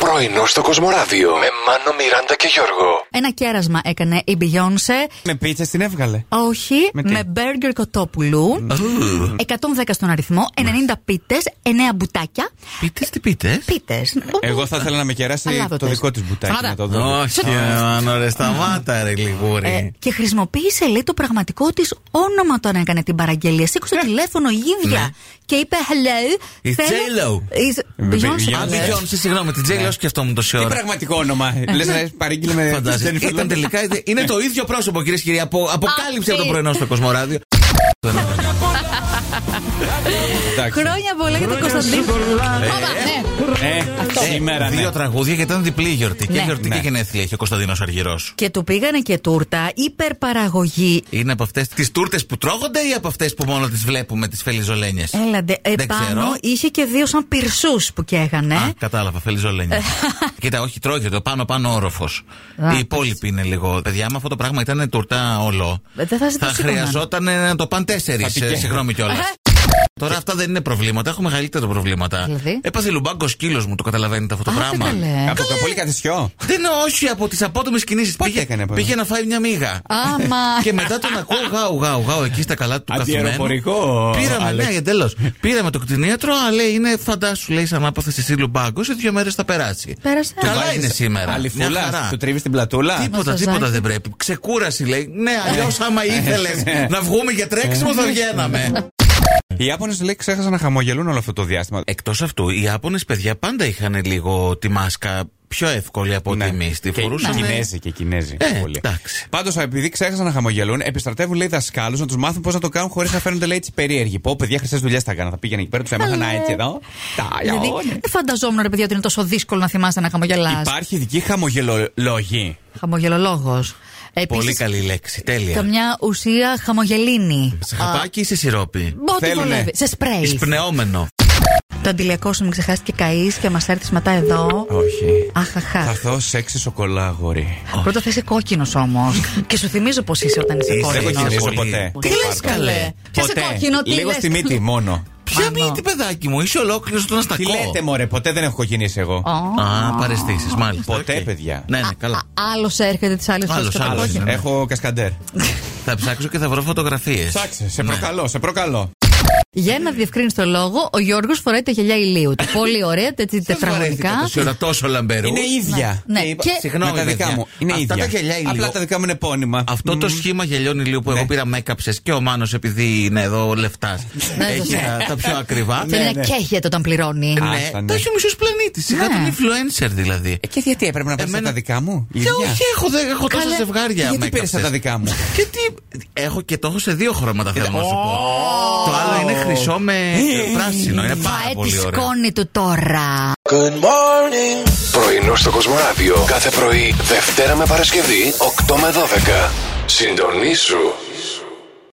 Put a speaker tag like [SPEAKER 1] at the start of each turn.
[SPEAKER 1] Πρωινό στο Κοσμοράδιο με Μάνο, Μιράντα και Γιώργο.
[SPEAKER 2] Ένα κέρασμα έκανε η Beyoncé.
[SPEAKER 3] Με πίτσα την έβγαλε.
[SPEAKER 2] Όχι,
[SPEAKER 3] Με
[SPEAKER 2] με,
[SPEAKER 3] τι?
[SPEAKER 2] burger κοτόπουλου. 110 στον αριθμό, 90 πίτε, 9 μπουτάκια.
[SPEAKER 4] Πείτε τι πείτε.
[SPEAKER 2] Πίτες.
[SPEAKER 3] Εγώ θα ήθελα να με κεράσει το
[SPEAKER 2] Αλάβωτες.
[SPEAKER 3] δικό της μπουτάκι
[SPEAKER 2] Σταμάτα.
[SPEAKER 3] να το δω.
[SPEAKER 4] Όχι, Άννα, ρε, σταμάτα, ρε,
[SPEAKER 2] Ε,
[SPEAKER 4] λιγούρι.
[SPEAKER 2] και χρησιμοποίησε λέει το πραγματικό της όνομα όταν έκανε την παραγγελία. Σήκωσε τηλέφωνο η ίδια και είπε Hello.
[SPEAKER 4] It's
[SPEAKER 2] θέλω-
[SPEAKER 4] J.Lo.
[SPEAKER 2] It's
[SPEAKER 3] Beyoncé.
[SPEAKER 2] Beyoncé.
[SPEAKER 4] Αν
[SPEAKER 3] Ε,
[SPEAKER 4] δεν
[SPEAKER 3] ε.
[SPEAKER 4] σε συγγνώμη, την Τζέιλ, και αυτό μου τόση
[SPEAKER 3] Τι
[SPEAKER 4] ώρα.
[SPEAKER 3] πραγματικό όνομα. Λε, παρήγγειλε με.
[SPEAKER 4] Φαντάζεσαι.
[SPEAKER 3] Jennifer
[SPEAKER 4] Ήταν
[SPEAKER 3] Lopez.
[SPEAKER 4] τελικά. είδε- Είναι το ίδιο πρόσωπο, κυρίες και κύριοι. Απο, αποκάλυψε από το πρωινό στο Κοσμοράδιο.
[SPEAKER 3] Εντάξει.
[SPEAKER 2] Χρόνια πολλά για τον Κωνσταντίνο.
[SPEAKER 3] Ε, Σήμερα, ναι.
[SPEAKER 4] Δύο τραγούδια γιατί ήταν διπλή η γιορτή. Και
[SPEAKER 2] Ναι.
[SPEAKER 4] γιορτή
[SPEAKER 3] Ναι.
[SPEAKER 4] και γενέθλια έχει ο Κωνσταντίνος Αργυρός.
[SPEAKER 2] Και του πήγανε και τούρτα, υπερπαραγωγή.
[SPEAKER 4] Είναι από αυτές τις τούρτες που τρώγονται ή από αυτές που μόνο τις βλέπουμε, τις φελιζολένιες.
[SPEAKER 2] Έλαντε,
[SPEAKER 4] Δεν
[SPEAKER 2] επάνω
[SPEAKER 4] ξέρω.
[SPEAKER 2] είχε και δύο σαν πυρσούς που και έκανε.
[SPEAKER 4] Α, κατάλαβα, φελιζολένια. Κοίτα, όχι, τρώγεται το πάνω-πάνω όροφος.
[SPEAKER 2] Α,
[SPEAKER 4] Οι υπόλοιποι είναι λίγο. Παιδιά, άμα αυτό το πράγμα ήταν τουρτά όλο,
[SPEAKER 2] Ε, δεν θα σε το σήκωναν.
[SPEAKER 4] χρειαζόταν ε, να το πάνε τέσσερις.
[SPEAKER 3] Θα πηγαίνει.
[SPEAKER 4] Συγγνώμη κιόλας. Τώρα αυτά δεν είναι προβλήματα, έχω μεγαλύτερα προβλήματα.
[SPEAKER 2] Δηλαδή?
[SPEAKER 4] Έπαθε λουμπάγκο σκύλος μου, το καταλαβαίνετε αυτό το
[SPEAKER 2] Α,
[SPEAKER 4] πράγμα.
[SPEAKER 2] τι καλέ.
[SPEAKER 3] Από πολύ καθισιό.
[SPEAKER 4] Δεν είναι όχι από τις απότομες κινήσεις.
[SPEAKER 3] Πότε έκανε από
[SPEAKER 4] πήγε
[SPEAKER 3] εδώ?
[SPEAKER 4] να φάει μια μίγα.
[SPEAKER 2] Άμα.
[SPEAKER 4] και μετά τον ακούω γάου γάου γάου εκεί στα καλά του καθημένου.
[SPEAKER 3] Αντιαεροπορικό,
[SPEAKER 4] Πήραμε,
[SPEAKER 3] Αλέξη.
[SPEAKER 4] ναι, εντελώς. Πήραμε το κτηνίατρο, αλλά είναι φαντάσου, λέει, σαν άπαθες εσύ λουμπάγκο, σε δύο μέρες θα περάσει.
[SPEAKER 2] Πέρασε.
[SPEAKER 4] Καλά
[SPEAKER 3] Βάζεις
[SPEAKER 4] είναι σήμερα. Μια
[SPEAKER 3] Αλιφούλα.
[SPEAKER 4] χαρά.
[SPEAKER 3] Του τρίβεις την πλατούλα.
[SPEAKER 4] Τίποτα,
[SPEAKER 2] Μασαζάκι.
[SPEAKER 4] τίποτα δεν πρέπει. Ξεκούραση λέει. Ναι, αλλιώς άμα ήθελες
[SPEAKER 3] Ναι.
[SPEAKER 4] να βγούμε για τρέξιμο θα βγαίναμε.
[SPEAKER 3] Οι Ιάπωνες λέει ξέχασαν να χαμογελούν όλο αυτό το διάστημα.
[SPEAKER 4] Εκτός αυτού, οι Ιάπωνες παιδιά πάντα είχαν λίγο τη μάσκα πιο εύκολη από
[SPEAKER 2] Ναι.
[SPEAKER 4] ότι εμείς. Τη
[SPEAKER 3] Ναι. Και
[SPEAKER 4] φορούσαν.
[SPEAKER 3] Κινέζοι και Κινέζοι.
[SPEAKER 4] Ε,
[SPEAKER 3] πολύ.
[SPEAKER 4] εντάξει.
[SPEAKER 3] Πάντως, επειδή ξέχασαν να χαμογελούν, επιστρατεύουν λέει δασκάλους να τους μάθουν πώς να το κάνουν χωρίς να φαίνονται λέει έτσι περίεργοι. Πω, παιδιά, χρυσές δουλειές θα έκανα. Θα πήγαινε εκεί πέρα, τους έμαθα να έτσι εδώ. Τα
[SPEAKER 2] Δηλαδή,
[SPEAKER 3] γιαόνι.
[SPEAKER 2] δεν φανταζόμουν ρε παιδιά ότι είναι τόσο δύσκολο να θυμάσαι να χαμογελάς.
[SPEAKER 3] Υπάρχει ειδική χαμογελολόγη.
[SPEAKER 2] Χαμογελολόγος.
[SPEAKER 4] Πολύ καλή λέξη. Τέλεια.
[SPEAKER 2] Ε, Καμιά ουσία χαμογελίνη.
[SPEAKER 4] Σε χαπάκι ή σε σιρόπι.
[SPEAKER 2] Μπα, Ό,τι
[SPEAKER 3] Θέλουνε.
[SPEAKER 2] βολεύει. Σε σπρέι.
[SPEAKER 4] Εισπνεώμενο.
[SPEAKER 2] Το αντιλιακό σου μην ξεχάσεις και καείς και μας έρθεις μετά εδώ.
[SPEAKER 3] Όχι. Θα
[SPEAKER 2] Αχαχά.
[SPEAKER 3] δω σεξι σοκολάγορη.
[SPEAKER 2] Πρώτα θα είσαι κόκκινος όμως. και σου θυμίζω πώς είσαι όταν είσαι
[SPEAKER 3] Δεν
[SPEAKER 4] Είσαι κόκκινος.
[SPEAKER 2] κόκκινος.
[SPEAKER 3] κοκκινίζω
[SPEAKER 4] πολύ.
[SPEAKER 3] ποτέ. Ναι.
[SPEAKER 2] Τι λες, καλέ. Και σε κόκκινο, τι
[SPEAKER 3] Λίγο
[SPEAKER 2] λες.
[SPEAKER 3] στη μύτη μόνο.
[SPEAKER 4] Ποια
[SPEAKER 2] Πάνω.
[SPEAKER 4] μύτη, παιδάκι μου, είσαι ολόκληρος στον
[SPEAKER 3] Τι
[SPEAKER 4] αστακό.
[SPEAKER 3] λέτε, μωρέ, ποτέ δεν έχω κοκκινήσει εγώ.
[SPEAKER 2] Ω.
[SPEAKER 4] Α, παρεστήσεις, μάλιστα.
[SPEAKER 3] Ποτέ,
[SPEAKER 4] οκ.
[SPEAKER 3] παιδιά.
[SPEAKER 4] Ναι, ναι, καλά.
[SPEAKER 2] Άλλος έρχεται της άλλης
[SPEAKER 4] Άλλος, άλλος είναι. ναι.
[SPEAKER 3] Έχω κασκαντέρ.
[SPEAKER 4] Θα ψάξω και θα βρω φωτογραφίες.
[SPEAKER 3] Ψάξε, σε προκαλώ, σε προκαλώ.
[SPEAKER 2] Για να διευκρίνεις το λόγο, ο Γιώργος φοράει τα γυαλιά ηλίου του. Πολύ ωραία, τε- τε- τετραγωνικά.
[SPEAKER 4] Τόση ώρα τόσο λαμπερού.
[SPEAKER 3] Είναι ίδια.
[SPEAKER 2] Ναι,
[SPEAKER 3] είπα-
[SPEAKER 2] και-
[SPEAKER 3] Συγγνώμη,
[SPEAKER 4] Συγγνώμη,
[SPEAKER 3] με τα δικά
[SPEAKER 4] παιδιά.
[SPEAKER 3] μου. Είναι
[SPEAKER 4] Αυτά
[SPEAKER 3] ίδια.
[SPEAKER 4] τα γυαλιά ηλίου.
[SPEAKER 3] Απλά τα δικά μου είναι επώνυμα.
[SPEAKER 4] Αυτό το σχήμα γελιών ηλίου
[SPEAKER 3] Ναι.
[SPEAKER 4] που εγώ πήρα με έκαψες και ο Μάνος επειδή είναι εδώ λεφτάς.
[SPEAKER 2] Ναι,
[SPEAKER 4] Έχει
[SPEAKER 2] το
[SPEAKER 4] τα- τα πιο ακριβά.
[SPEAKER 2] Θέλει
[SPEAKER 3] ναι.
[SPEAKER 2] να καίγεται όταν πληρώνει.
[SPEAKER 4] Ναι,
[SPEAKER 3] Άστα, ναι.
[SPEAKER 4] τα έχει ο μισός πλανήτης. Σιγά
[SPEAKER 2] Ναι.
[SPEAKER 4] τον influencer δηλαδή.
[SPEAKER 3] Ε, Και γιατί έπρεπε να πάρει
[SPEAKER 4] Εμένα-
[SPEAKER 3] τα δικά μου. η
[SPEAKER 4] Και
[SPEAKER 3] ίδια?
[SPEAKER 4] όχι, έχω, δεν έχω τόσα
[SPEAKER 2] Καλέ,
[SPEAKER 4] ζευγάρια.
[SPEAKER 3] Γιατί
[SPEAKER 4] make-up
[SPEAKER 3] πήρες τα
[SPEAKER 4] sets.
[SPEAKER 3] δικά μου.
[SPEAKER 4] Και τι. Έχω και το έχω σε δύο χρώματα, θέλω να σου πω. Το άλλο είναι χρυσό με πράσινο. Είναι πάρα
[SPEAKER 2] Βαέ τη
[SPEAKER 4] πολύ ωραίο.
[SPEAKER 2] σκόνη του τώρα.
[SPEAKER 1] Πρωινό στο Κοσμοράδιο κάθε πρωί, Δευτέρα με Παρασκευή, 8 με 12. Συντονίσου.